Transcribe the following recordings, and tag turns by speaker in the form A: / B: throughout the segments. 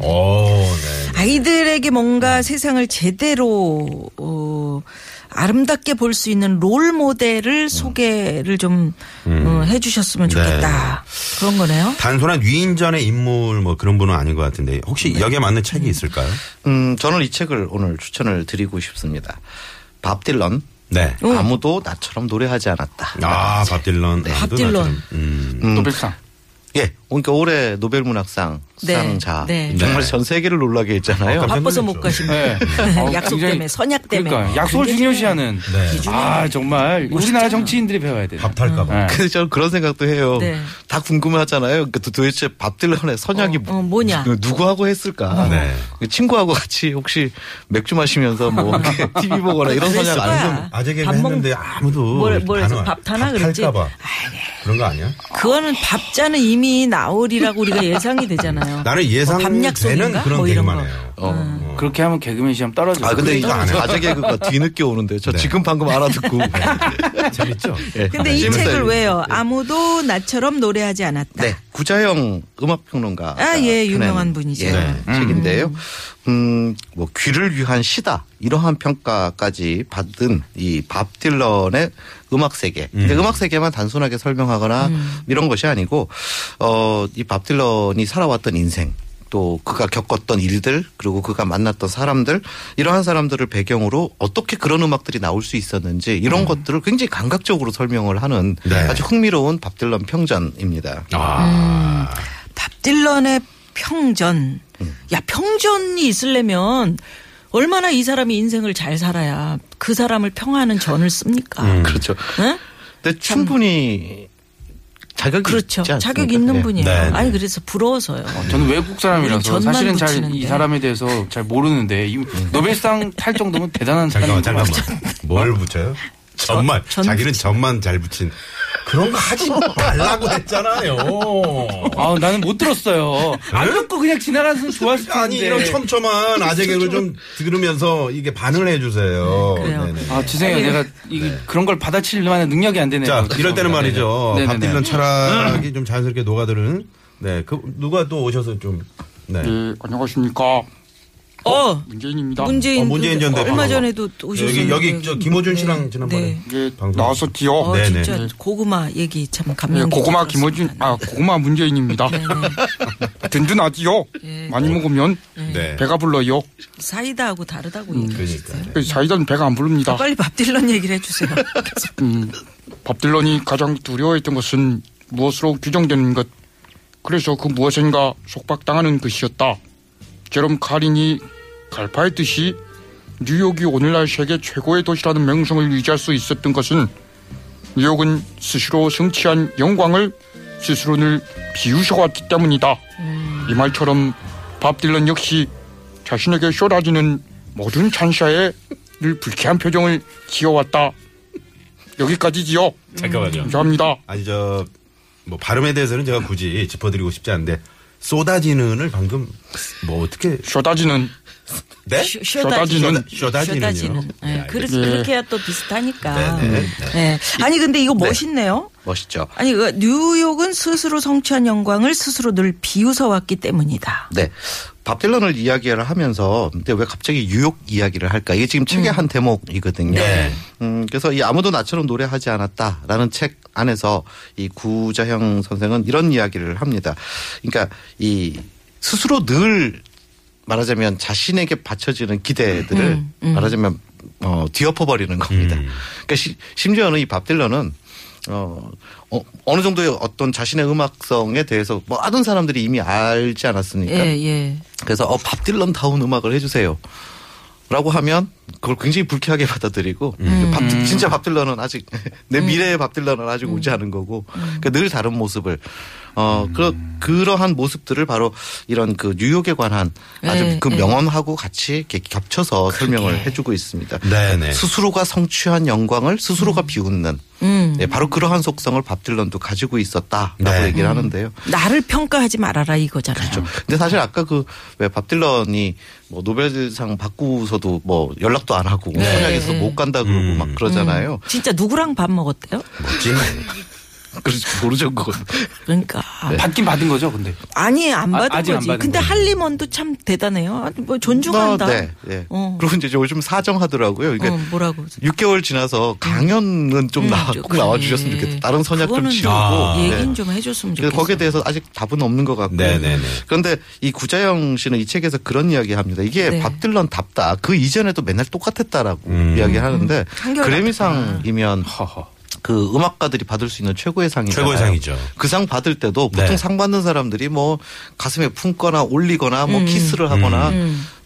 A: 오, 네.
B: 아이들에게 뭔가 세상을 제대로 어, 아름답게 볼 수 있는 롤
A: 음.
B: 모델을 소개를 좀 어, 해주셨으면 좋겠다 그런 거네요.
A: 단순한 위인전의 인물 뭐 그런 분은 아닌 것 같은데 혹시 여기에 맞는 책이 있을까요?
C: 음, 저는 이 책을 오늘 추천을 드리고 싶습니다. 밥 딜런
A: 네.
C: 아무도 나처럼 노래하지 않았다.
A: 아, 밥 딜런. 아,
B: 밥
A: 또
B: 딜런.
A: 나처럼. 음.
D: 노벨상.
C: 예, 그러니까 올해 노벨문학상
B: 네,
C: 수상자
B: 네.
C: 정말 전 세계를 놀라게 했잖아요.
A: 아, 깜짝
B: 바빠서 못 가신
A: 놀랐죠.
B: 분.
D: 네. 어,
B: 음. 약속
D: 굉장히-
B: 때문에 선약 때문에.
D: 그러니까 약속을 중요시하는.
E: 네.
D: 아, 정말 우리나라 정치인들이 배워야 돼.
A: 네. 밥 탈까봐.
B: 어.
D: 네.
C: 근데 저는 그런 생각도 해요.
B: 네.
C: 다 궁금하잖아요. 그러니까 도- 도대체 밥 딜런의 선약이
B: 어, 어, 뭐냐? 어.
C: 누- 누구하고 했을까?
A: 네.
C: 그 친구하고 같이 혹시 맥주 마시면서 뭐 이렇게 TV 보거나 이런 선약 안
B: 그랬을
C: 좀.
B: 거야.
A: 아재 개그
B: 밥 먹-
A: 했는데 아무도
B: 뭘- 뭘 해서
A: 반응 안-
B: 밥 타나
A: 밥
B: 그랬지?
A: 탈까봐.
B: 아니, 네. 어.
A: 그런 거 아니야?
B: 그거는 밥자는 이미 나올이라고 우리가 예상이 되잖아요.
A: 나는
B: 뭐 밥 약속인가?
A: 예상되는 그런
B: 뭐 이런
A: 개그만
B: 거.
A: 해요.
D: 그렇게 하면 개그맨 시험 떨어져요.
C: 아 근데 이
A: 그러니까 안 해요.
C: 아재 개그가 뒤늦게 오는데 저
A: 네.
C: 지금 방금 알아듣고.
A: 재밌죠?
C: 예.
B: 근데 이
C: 재밌어요.
B: 책을 왜요?
A: 네.
B: 아무도 나처럼 노래하지 않았다.
C: 네, 구자영 음악평론가.
B: 아, 예, 유명한 분이죠.
C: 예,
B: 네.
C: 책인데요. 음, 뭐, 귀를 위한 시다. 이러한 평가까지 받은 이 밥 딜런의 음악 세계. 근데 음악 세계만 단순하게 설명하거나
B: 음.
C: 이런 것이 아니고, 어, 이 밥 딜런이 살아왔던 인생. 또 그가 겪었던 일들 그리고 그가 만났던 사람들 이러한 사람들을 배경으로 어떻게 그런 음악들이 나올 수 있었는지 이런
B: 음.
C: 것들을 굉장히 감각적으로 설명을 하는
A: 네.
C: 아주 흥미로운 밥 딜런 평전입니다.
A: 아.
B: 밥 딜런의 평전.
A: 음.
B: 야, 평전이 있으려면 얼마나 이 사람이 인생을 잘 살아야 그 사람을 평하는 전을 씁니까?
A: 음.
C: 그렇죠.
B: 응?
C: 근데 충분히 자격이
B: 그렇죠.
C: 있지 않습니까?
B: 자격 있는
C: 네.
B: 분이에요.
A: 네, 네.
B: 아니 그래서 부러워서요.
D: 저는 외국 사람이라서
B: 전만
D: 사실은 잘 이
B: 붙이는데.
D: 사람에 대해서 잘 모르는데 이 노벨상 탈 정도면 대단한
A: 음. 잠깐만
D: 사람인 것 같아요.
A: 잠깐만. 뭘 붙여요? 전만.
B: 전
A: 자기는 전만 잘 붙인. 그런 거 하지 말라고 했잖아요.
D: 아, 나는 못 들었어요. 안 듣고 그냥 지나가서 좋았을 텐데.
A: 아니 이런 촘촘한 아재 개그 좀 들으면서 이게 반응을 해주세요.
B: 그래요.
A: 네네.
D: 아, 죄송해요. 내가 이 그런 걸 받아칠 만한 능력이 안 되네요.
A: 네. 자, 이럴 때는
D: 죄송합니다.
A: 말이죠.
D: 네네네.
A: 밥 딜런 철학이 좀 자연스럽게 녹아드는. 네, 그 누가 또 오셔서 좀. 네.
E: 네, 안녕하십니까.
B: 어,
E: 문재인입니다.
B: 문재인,
A: 어, 문재인
B: 그
A: 전 대표.
B: 얼마 전에도 오셨는데
A: 여기 여기 저 김호준 씨랑
D: 네.
A: 지난번에
E: 이게
A: 방송.
E: 나왔었지요.
B: 어,
A: 네네.
B: 진짜 고구마 얘기 참
E: 네,
B: 감명.
E: 고구마 김어준, 아, 고구마 문재인입니다. 든든하지요?
B: 네, 예.
E: 많이 먹으면
A: 네.
E: 배가 불러요.
B: 사이다하고 다르다고 얘기해
A: 그러니까.
B: 주세요.
D: 네.
E: 그 사이다는 배가 안 부릅니다.
B: 아, 빨리 밥 딜런 얘기를 해주세요.
E: 음, 밥 딜런이 가장 두려워했던 것은 무엇으로 규정되는 것. 그래서 그 무엇인가 속박당하는 것이었다. 제롬 카린이 갈파했듯이 뉴욕이 오늘날 세계 최고의 도시라는 명성을 유지할 수 있었던 것은 뉴욕은 스스로 성취한 영광을 스스로 늘 비우셔왔기 때문이다. 이 말처럼 밥 딜런 역시 자신에게 쏟아지는 모든 찬사에 늘 불쾌한 표정을 지어왔다. 여기까지지요.
D: 예.
F: 잠깐만요.
E: 감사합니다.
A: 아니 저 뭐 발음에 대해서는 제가 굳이 짚어드리고 싶지 않은데 쏟아지는을 방금 뭐 어떻게
E: 쏟아지는
A: 네?
B: 쇼다지는.
A: 쇼다지는요?
B: 쇼다지는.
A: 네,
B: 예,
A: 알겠습니다.
B: 그래서
E: 예.
B: 그렇게 해야 또 비슷하니까.
A: 네네.
B: 예. 아니 근데 이거 멋있네요.
C: 멋있죠.
B: 아니 그 뉴욕은 스스로 성취한 영광을 스스로 늘 비웃어 왔기 때문이다.
C: 네. 밥 딜런을 이야기를 하면서 근데 왜 갑자기 뉴욕 이야기를 할까? 이게 지금
B: 음.
C: 책의 한 대목이거든요. 음, 그래서 이 아무도 나처럼 노래하지 않았다라는 책 안에서 이 구자형 선생은 이런 이야기를 합니다. 그러니까 이 스스로 늘 말하자면 자신에게 받쳐지는 기대들을 말하자면 어, 뒤엎어버리는 겁니다. 그러니까 시- 심지어는 이 밥 딜런은 어, 어, 어느 정도의 어떤 자신의 음악성에 대해서 뭐 아는 사람들이 이미 알지 않았습니까?
B: 예, 예.
C: 그래서 어, 밥 딜런 다운 음악을 해주세요. 라고 하면 그걸 굉장히 불쾌하게 받아들이고 밥, 딜- 진짜 밥 딜런은 아직 내 미래의 밥 딜런은 아직 오지 않은 거고 그러니까 늘 다른 모습을 어 그러, 그러한 모습들을 바로 이런 그 뉴욕에 관한 아주
B: 네,
C: 그
B: 네.
C: 명언하고 같이 이렇게 겹쳐서 설명을 해주고 있습니다.
A: 네네.
C: 스스로가 성취한 영광을 스스로가 비웃는 네, 바로 그러한 속성을 밥 딜런도 가지고 있었다라고
A: 네.
C: 얘기를 하는데요.
B: 나를 평가하지 말아라 이거잖아요.
C: 근데 사실 아까 그 왜 밥 딜런이 뭐 노벨상 받고서도 뭐 연락도 안 하고 서양에서 못 간다 그러고 막 그러잖아요.
B: 진짜 누구랑 밥 먹었대요?
A: 멋진
C: 그래서 그렇죠. 모르죠 그건.
B: 그러니까
A: 네.
D: 받긴 받은 거죠, 근데.
B: 아니 안
D: 네. 아,
B: 받은
D: 아직 안
B: 거지.
D: 받은
B: 근데
D: 거예요.
B: 할리먼도 참 대단해요. 아니, 뭐 존중한다.
C: 어, 네. 네.
B: 어.
C: 그리고 이제 요즘 사정하더라고요. 그러니까
B: 어, 뭐라고? 음,
C: 6개월 지나서 강연은 좀 나와 꼭 나와 주셨으면 좋겠다. 다른 선약 좀
B: 예. 그거는
C: 치우고.
A: 아.
C: 네.
B: 얘기는 좀 해줬으면
C: 그래서
B: 좋겠어.
C: 거기에 대해서 아직 답은 없는 것 같고.
A: 네네네.
C: 그런데 이 구자영 씨는 이 책에서 그런 이야기 합니다. 이게
B: 네.
C: 밥 딜런 답다. 그 이전에도 맨날 똑같았다라고
A: 음.
C: 이야기 하는데
B: 음. 한결같다.
C: 그래미상이면 그 음악가들이 받을 수 있는 최고의 상이잖아요.
A: 최고의 상이죠.
C: 그 상 받을 때도 보통
A: 네.
C: 상 받는 사람들이 뭐 가슴에 품거나 올리거나
B: 음.
C: 뭐 키스를 하거나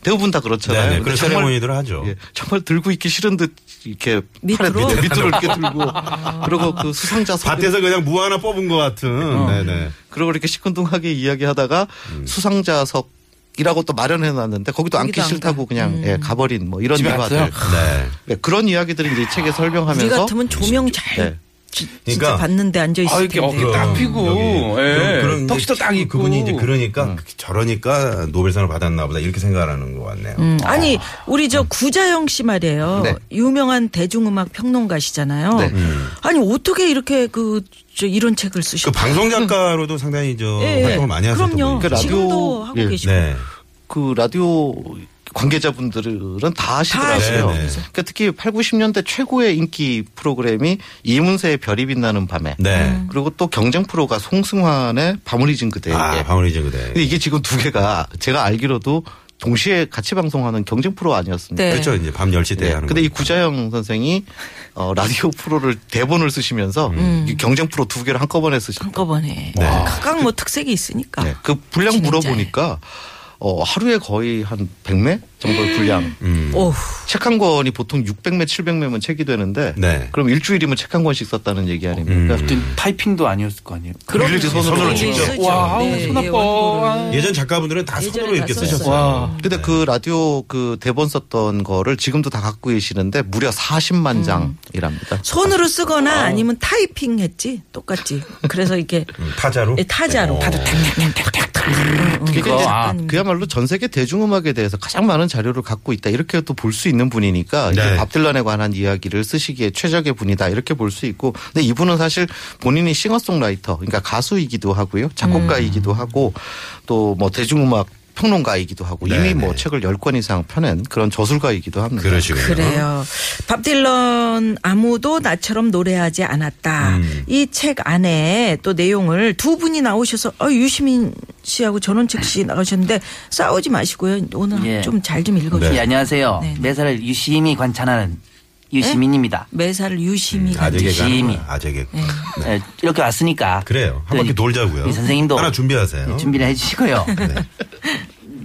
C: 대부분 다
A: 음.
C: 그렇잖아요.
A: 네네. 그런
C: 근데
A: 세레모니들 하죠.
C: 예, 정말 들고 있기 싫은 듯 이렇게 팔에
B: 밑으로? 아.
C: 밑- 밑으로 이렇게 들고 그리고 그 수상자 석
A: 밭에서 그냥 무 하나 뽑은 것 같은. 네네.
C: 그러고 이렇게 시큰둥하게 이야기하다가 수상자석 이라고 또 마련해 놨는데 거기도 앉기
B: 거기도 안
C: 싫다고 그냥 예, 가버린 뭐 이런
D: 집에
C: 일화들
D: 갔어요?
A: 네.
C: 네, 그런 이야기들이 이제 이 책에
B: 우리
C: 설명하면서
B: 같으면 조명 잘
C: 네.
B: 지- 진짜
A: 그러니까
B: 봤는데 앉아
D: 아,
B: 있을
D: 이렇게
B: 텐데.
D: 어깨 딱 피고.
A: 네. 여기.
D: 예.
A: 그런- 그런 이제
D: 턱시도 딱 있고. 네.
A: 그분이 이제 그러니까 저러니까 노벨상을 받았나 보다 이렇게 생각하는 것 같네요.
B: 음,
A: 어.
B: 아니 우리 저 구자영 씨 말이에요.
C: 네.
B: 유명한 대중음악 평론가시잖아요.
C: 네.
B: 아니 어떻게 이렇게 그 저 이런 책을
A: 그
B: 쓰셨어요?
A: 방송 작가로도 상당히 저
B: 예, 예.
A: 활동을 많이 하셨던
B: 그럼요. 그러니까
A: 분이죠.
C: 라디오-
B: 지금도 하고
C: 예.
B: 계시고.
A: 그러니까 네.
C: 그 라디오 관계자분들은 다 아시더라고요.
A: 아시죠. 네네.
C: 그러니까 특히 8, 90년대 최고의 인기 프로그램이 이문세의 별이 빛나는 밤에
A: 네.
B: 음.
C: 그리고 또 경쟁 프로가 송승환의 밤을 잊은 그대에게
B: 예,
C: 예.
A: 아, 방울이 제 그대.
C: 근데 이게 지금 두 개가 제가 알기로도 동시에 같이 방송하는 경쟁 프로 아니었습니까?
B: 네.
A: 그렇죠. 이제 밤 10시
C: 네.
A: 때 하는
C: 근데 이
A: 거니까.
C: 구자영 선생이 어, 라디오 프로를 대본을 쓰시면서
A: 음.
C: 이 경쟁 프로 두 개를 한꺼번에 쓰셨다.
B: 한꺼번에
A: 네.
B: 각각 뭐 특색이 있으니까.
C: 네. 그 분량
B: 진행자의.
C: 물어보니까 어, 하루에 거의 한 100매 정도
A: 음.
C: 의 분량.
B: 오우.
C: 책 한 권이 보통 600매, 700매면 책이 되는데
A: 네.
C: 그럼 일주일이면 책 한 권씩 썼다는 얘기 아닙니까?
D: 그땐 타이핑도 아니었을 거 아니에요.
B: 그런
A: 일일이 손으로 직접.
D: 와,
B: 네,
D: 손
B: 예,
D: 아파.
A: 예전 작가분들은 다
B: 음. 예전에
A: 손으로
B: 다
A: 이렇게
B: 썼어요.
A: 쓰셨어요.
D: 와.
C: 근데
A: 네.
C: 그 라디오 그 대본 썼던 거를 지금도 다 갖고 계시는데 무려 40만
A: 음.
C: 장이랍니다.
B: 손으로 쓰거나 아니면 타이핑 했지 똑같이. 그래서 이렇게
A: 음, 타자로. 어.
B: 예, 타자로. 타자 탁탁탁탁탁.
C: 그러니까
D: 그거,
C: 이제
D: 아.
C: 그야말로 전 세계 대중음악에 대해서 가장 많은 자료를 갖고 있다 이렇게 또 볼 수 있는 분이니까 이제
A: 네.
C: 밥 딜런에 관한 이야기를 쓰시기에 최적의 분이다 이렇게 볼 수 있고 근데 이분은 사실 본인이 싱어송라이터 그러니까 가수이기도 하고요 작곡가이기도 하고 또 뭐 대중음악 평론가이기도 하고 이미
A: 네,
C: 뭐
A: 네.
C: 책을 10권 이상 펴낸 그런 저술가이기도 합니다.
A: 그러시군요.
B: 그래요. 밥 딜런 아무도 나처럼 노래하지 않았다. 이 책 안에 또 내용을 두 분이 나오셔서 어, 유시민 씨하고 전원책 씨 나오셨는데 싸우지 마시고요. 오늘
G: 예.
B: 좀 잘 좀 읽어주세요.
G: 예, 안녕하세요.
B: 네, 네.
G: 매사를 유심히 관찰하는
A: 네?
G: 유시민입니다.
B: 매사를 유심히
A: 음, 아재개
G: 심히.
A: 가는 아재개.
G: 예, 이렇게 왔으니까.
A: 네. 그래요.
G: 또
A: 한
B: 네.
A: 바퀴
G: 이-
A: 돌자고요.
G: 이 선생님도
A: 하나 준비하세요. 네.
G: 예, 준비를 해주시고요.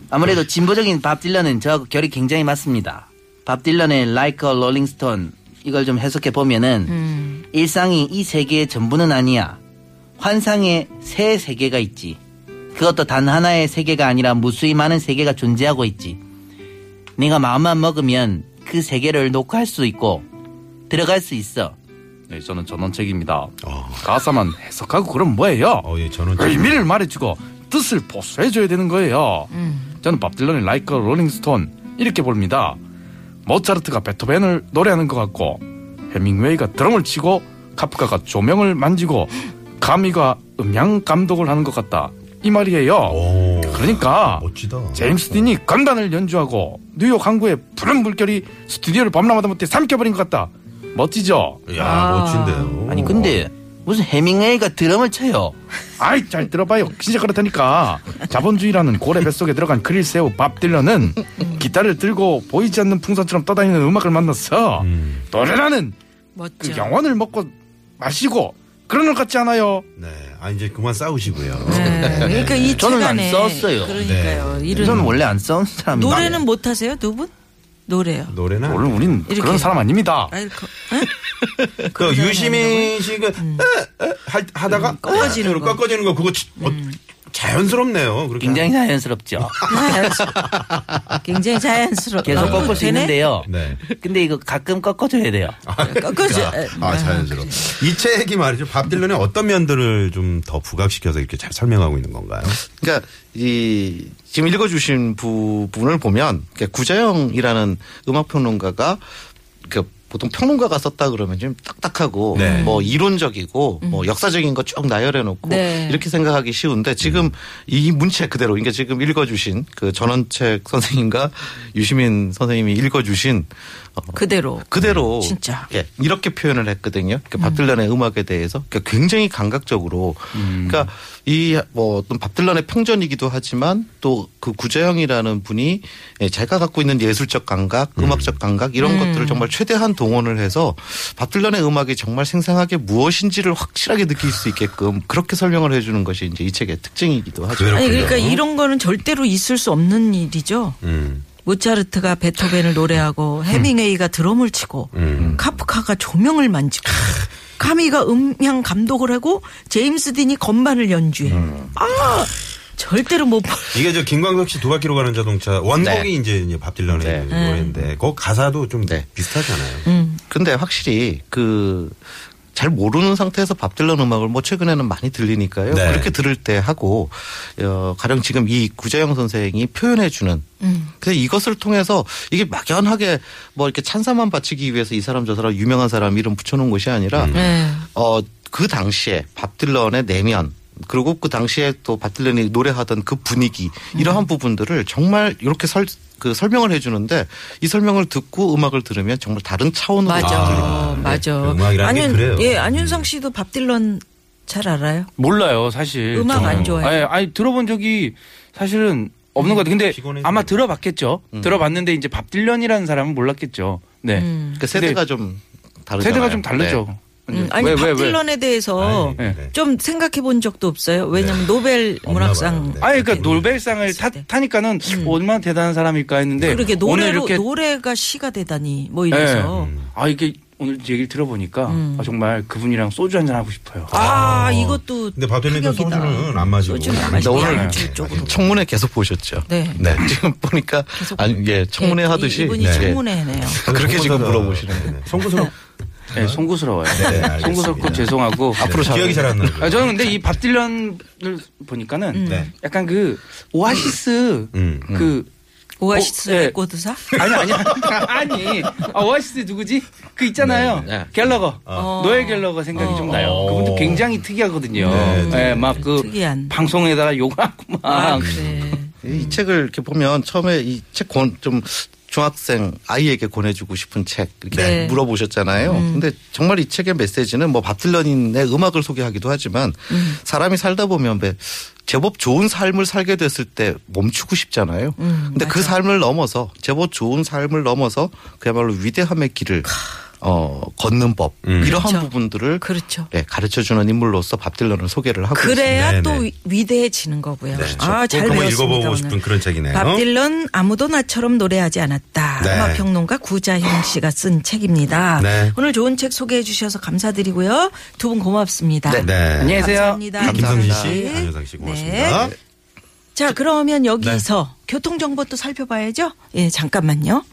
G: 아무래도 진보적인 밥 딜런은 저하고 결이 굉장히 맞습니다. 밥 딜런의 Like a Rolling Stone 이걸 좀 해석해 보면은 일상이 이 세계의 전부는 아니야. 환상의 새 세계가 있지. 그것도 단 하나의 세계가 아니라 무수히 많은 세계가 존재하고 있지. 네가 마음만 먹으면 그 세계를 녹화할 수 있고 들어갈 수 있어.
D: 네, 저는 전원책입니다.
A: 어.
D: 가사만 해석하고 그럼 뭐예요?
A: 어, 예, 저는
B: 아,
A: 좀-
D: 그 의미를 말해주고 뜻을 보수해줘야 되는 거예요. 저는 밥 딜런의 라이크 롤링스톤 이렇게 봅니다. 모차르트가 베토벤을 노래하는 것 같고 헤밍웨이가 드럼을 치고 카프카가 조명을 만지고 가미가 음향 감독을 하는 것 같다. 이 말이에요.
A: 오.
D: 그러니까
A: 멋지다.
D: 제임스 딘이 건반을 연주하고 뉴욕 항구의 푸른 물결이 스튜디오를 범람하다 못해 삼켜버린 것 같다. 멋지죠?
A: 야, 멋진데요.
G: 아니 근데 무슨 해밍웨이가 드럼을 쳐요.
D: 아이 잘 들어봐요 진짜 그렇다니까 자본주의라는 고래 뱃속에 들어간 그릴 새우 밥 딜런은 기타를 들고 보이지 않는 풍선처럼 떠다니는 음악을 만났어
A: 음.
D: 노래라는 그
B: 멋져.
D: 영혼을 먹고 마시고 그런 것 같지 않아요
A: 네. 아, 이제 그만 싸우시고요.
B: 네. 그러니까 이
G: 저는 안
B: 책안에
G: 썼어요.
B: 그러니까요.
D: 네.
B: 이런
G: 저는 원래 안 싸우는 사람인데
B: 노래는 못 하세요, 두 분? 노래요.
A: 노래는
D: 오늘 우린
B: 이렇게.
D: 그런 사람 아닙니다
B: 아이코
A: 그 유시민 씨가 에, 에, 할- 하다가
B: 꺾어지는 음. 거.
A: 꺾어지는 거.
B: 음.
A: 꺾어지는 거 그거 치- 어, 자연스럽네요. 그렇게
G: 굉장히 자연스럽죠.
B: 굉장히 자연스럽게
G: 계속 꺾을 수 있는데요.
A: 네.
G: 근데 이거 가끔 꺾어줘야 돼요.
B: 꺾어져.
A: 아, 자연스럽. 이 책이 말이죠. 밥 딜런의 어떤 면들을 좀 더 부각시켜서 이렇게 잘 설명하고 있는 건가요?
C: 그러니까 이 지금 읽어주신 부분을 보면 그러니까 구자영이라는 음악 평론가가 그 보통 평론가가 썼다 그러면 좀 딱딱하고
A: 네.
C: 뭐 이론적이고 뭐 역사적인 거 쭉 나열해 놓고
B: 네.
C: 이렇게 생각하기 쉬운데 지금 이 문체 그대로 그러니까 지금 읽어주신 그 전원책 선생님과 유시민 선생님이 읽어주신 어,
B: 그대로.
C: 그대로
B: 진짜.
C: 예, 이렇게 표현을 했거든요. 그러니까 밥딜런의 음악에 대해서 그러니까 굉장히 감각적으로
A: 음.
C: 그러니까 이 뭐 어떤 밥딜런의 평전이기도 하지만 또 그 구재영이라는 분이 예, 제가 갖고 있는 예술적 감각, 음악적 감각 이런 것들을 정말 최대한 동원을 해서 밥딜런의 음악이 정말 생생하게 무엇인지를 확실하게 느낄 수 있게끔 그렇게 설명을 해주는 것이 이제 이 책의 특징이기도 하죠.
A: 그렇군요.
B: 아니 그러니까 이런 거는 절대로 있을 수 없는 일이죠.
A: 음.
B: 모차르트가 베토벤을 노래하고 헤밍웨이가 드럼을 치고
A: 음.
B: 카프카가 조명을 만지고 카미가 음향 감독을 하고 제임스 딘이 건반을 연주해.
A: 음.
B: 아 절대로 못 볼.
A: 이게 저 김광석 씨 두 바퀴로 가는 자동차 원곡이
C: 네.
A: 이제 이제 밥 딜런의
C: 네.
B: 음.
A: 노래인데 그 가사도 좀
C: 네.
A: 비슷하잖아요.
C: 근데 확실히 그 잘 모르는 상태에서 밥 딜런 음악을 뭐 최근에는 많이 들리니까요.
A: 네.
C: 그렇게 들을 때 하고 어 가령 지금 이 구자영 선생이 표현해 주는 근데 이것을 통해서 이게 막연하게 뭐 이렇게 찬사만 바치기 위해서 이 사람 저 사람 유명한 사람 이름 붙여 놓은 것이 아니라
B: 네.
C: 어 그 당시에 밥 딜런의 내면 그리고 그 당시에 또 밥 딜런이 노래하던 그 분위기
B: 음.
C: 이러한 부분들을 정말 이렇게 설, 그 설명을 해주는데 이 설명을 듣고 음악을 들으면 정말 다른 차원으로
B: 맞아,
A: 아,
B: 맞아.
A: 그 음악이라는 게
B: 음. 안윤-
A: 그래요.
B: 예, 안윤상 씨도 밥 딜런 잘 알아요?
D: 몰라요 사실
B: 음악 안 좋아해요?
D: 아니, 아니 들어본 적이 사실은 없는 것 같아요. 근데 아마 들어봤겠죠.
C: 음.
D: 들어봤는데 이제 밥 딜런이라는 사람은 몰랐겠죠. 네.
C: 그 세대가 좀 다르잖아요. 네.
D: 세대가 좀 다르죠.
B: 음, 아니
D: 왜, 왜, 왜?
B: 박딜런에 대해서 좀 생각해 본 적도 없어요. 왜냐면
A: 네.
B: 노벨
C: 네.
B: 문학상
D: 아니 그러니까 노벨상을 타, 타니까는 얼마나 대단한 사람일까 했는데
B: 음, 그러게
D: 오늘
B: 노래로
D: 이렇게
B: 노래가 시가 되다니 뭐 이래서
D: 네. 아 이게 오늘 얘기를 들어보니까
B: 음.
D: 아, 정말 그분이랑 소주 한잔 하고 싶어요.
B: 아, 이것도
A: 근데 밥들리는 소주는 안 마시고. 아,
B: 소주는 안
C: 근데
B: 마시고
C: 오늘
B: 양주 아, 쪽으로 예,
C: 청문회 계속 보셨죠?
B: 네.
C: 지금 보니까 아니 예 청문회
B: 이-
C: 하듯이
B: 이분이
C: 예.
B: 청문회네요.
C: 그렇게 지금
A: 송구스러워.
C: 물어보시는 거예요.
A: 송구스럽
D: 네, 송구스러워요.
A: 알겠습니다.
D: 송구스럽고 죄송하고
C: 앞으로 잘
A: 기억이 잘 안 나요.
D: 아, 저는 근데 이 밥 딜런을 보니까는
B: 음.
A: 네.
D: 약간 그 오아시스
A: 음.
D: 그
B: 오아시스
D: 어, 예.
B: 레코드사?
D: 아니 아니 아니 아, 오아시스 누구지 그 있잖아요
A: 네, 어.
D: 갤러거
B: 어.
D: 노엘 갤러거 생각이 좀 나요 그분도 굉장히 특이하거든요
A: 네, 네.
D: 막 그
B: 특이한.
D: 방송에다가 욕하고 막
B: 아, 그래. 음.
C: 이 책을 이렇게 보면 처음에 이 책 좀 중학생 아이에게 권해주고 싶은 책 이렇게
B: 네.
C: 물어보셨잖아요. 근데 정말 이 책의 메시지는 뭐 밥딜런의 음악을 소개하기도 하지만
B: 음.
C: 사람이 살다 보면 왜 제법 좋은 삶을 살게 됐을 때 멈추고 싶잖아요.
B: 음,
C: 근데 그 삶을 넘어서 제법 좋은 삶을 넘어서 그야말로 위대함의 길을 어 걷는 법 이러한
B: 그렇죠.
C: 부분들을
B: 그렇죠.
C: 네, 가르쳐주는 인물로서 밥딜런을 소개를 하고 있습니다.
B: 그래야
A: 네,
B: 또
A: 네. 그렇죠.
B: 위- 위대해지는 거고요. 아,
A: 꼭
B: 잘
A: 한번
B: 배웠습니다.
A: 읽어보고
B: 오늘.
A: 싶은 그런 책이네요.
B: 밥 딜런 아무도 나처럼 노래하지 않았다.
A: 네.
B: 음악 평론가 구자형 씨가 쓴 책입니다.
A: 네.
B: 오늘 좋은 책 소개해 주셔서 감사드리고요. 두 분 고맙습니다.
A: 네.
D: 안녕하세요
B: 감사합니다.
A: 김성진 씨,
B: 감사합니다.
A: 안효상 씨
B: 네.
A: 고맙습니다.
B: 자, 그러면 여기서 교통 정보 또 살펴봐야죠. 예, 잠깐만요.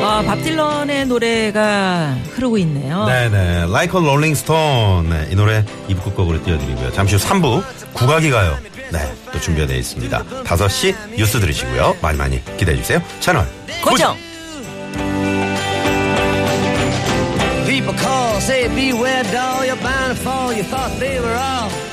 B: 아, 밥 딜런의 노래가 흐르고 있네요.
A: 네네. Like a Rolling Stone. 네, 이 노래 2부 끝곡으로 띄워드리고요. 잠시 후 3부 국악이 가요. 네. 또 준비가 되어 있습니다. 5시 뉴스 들으시고요. 많이 많이 기대해주세요. 채널
B: 고정!
H: People call, say beware, doll. You're bound to fall. You thought they were all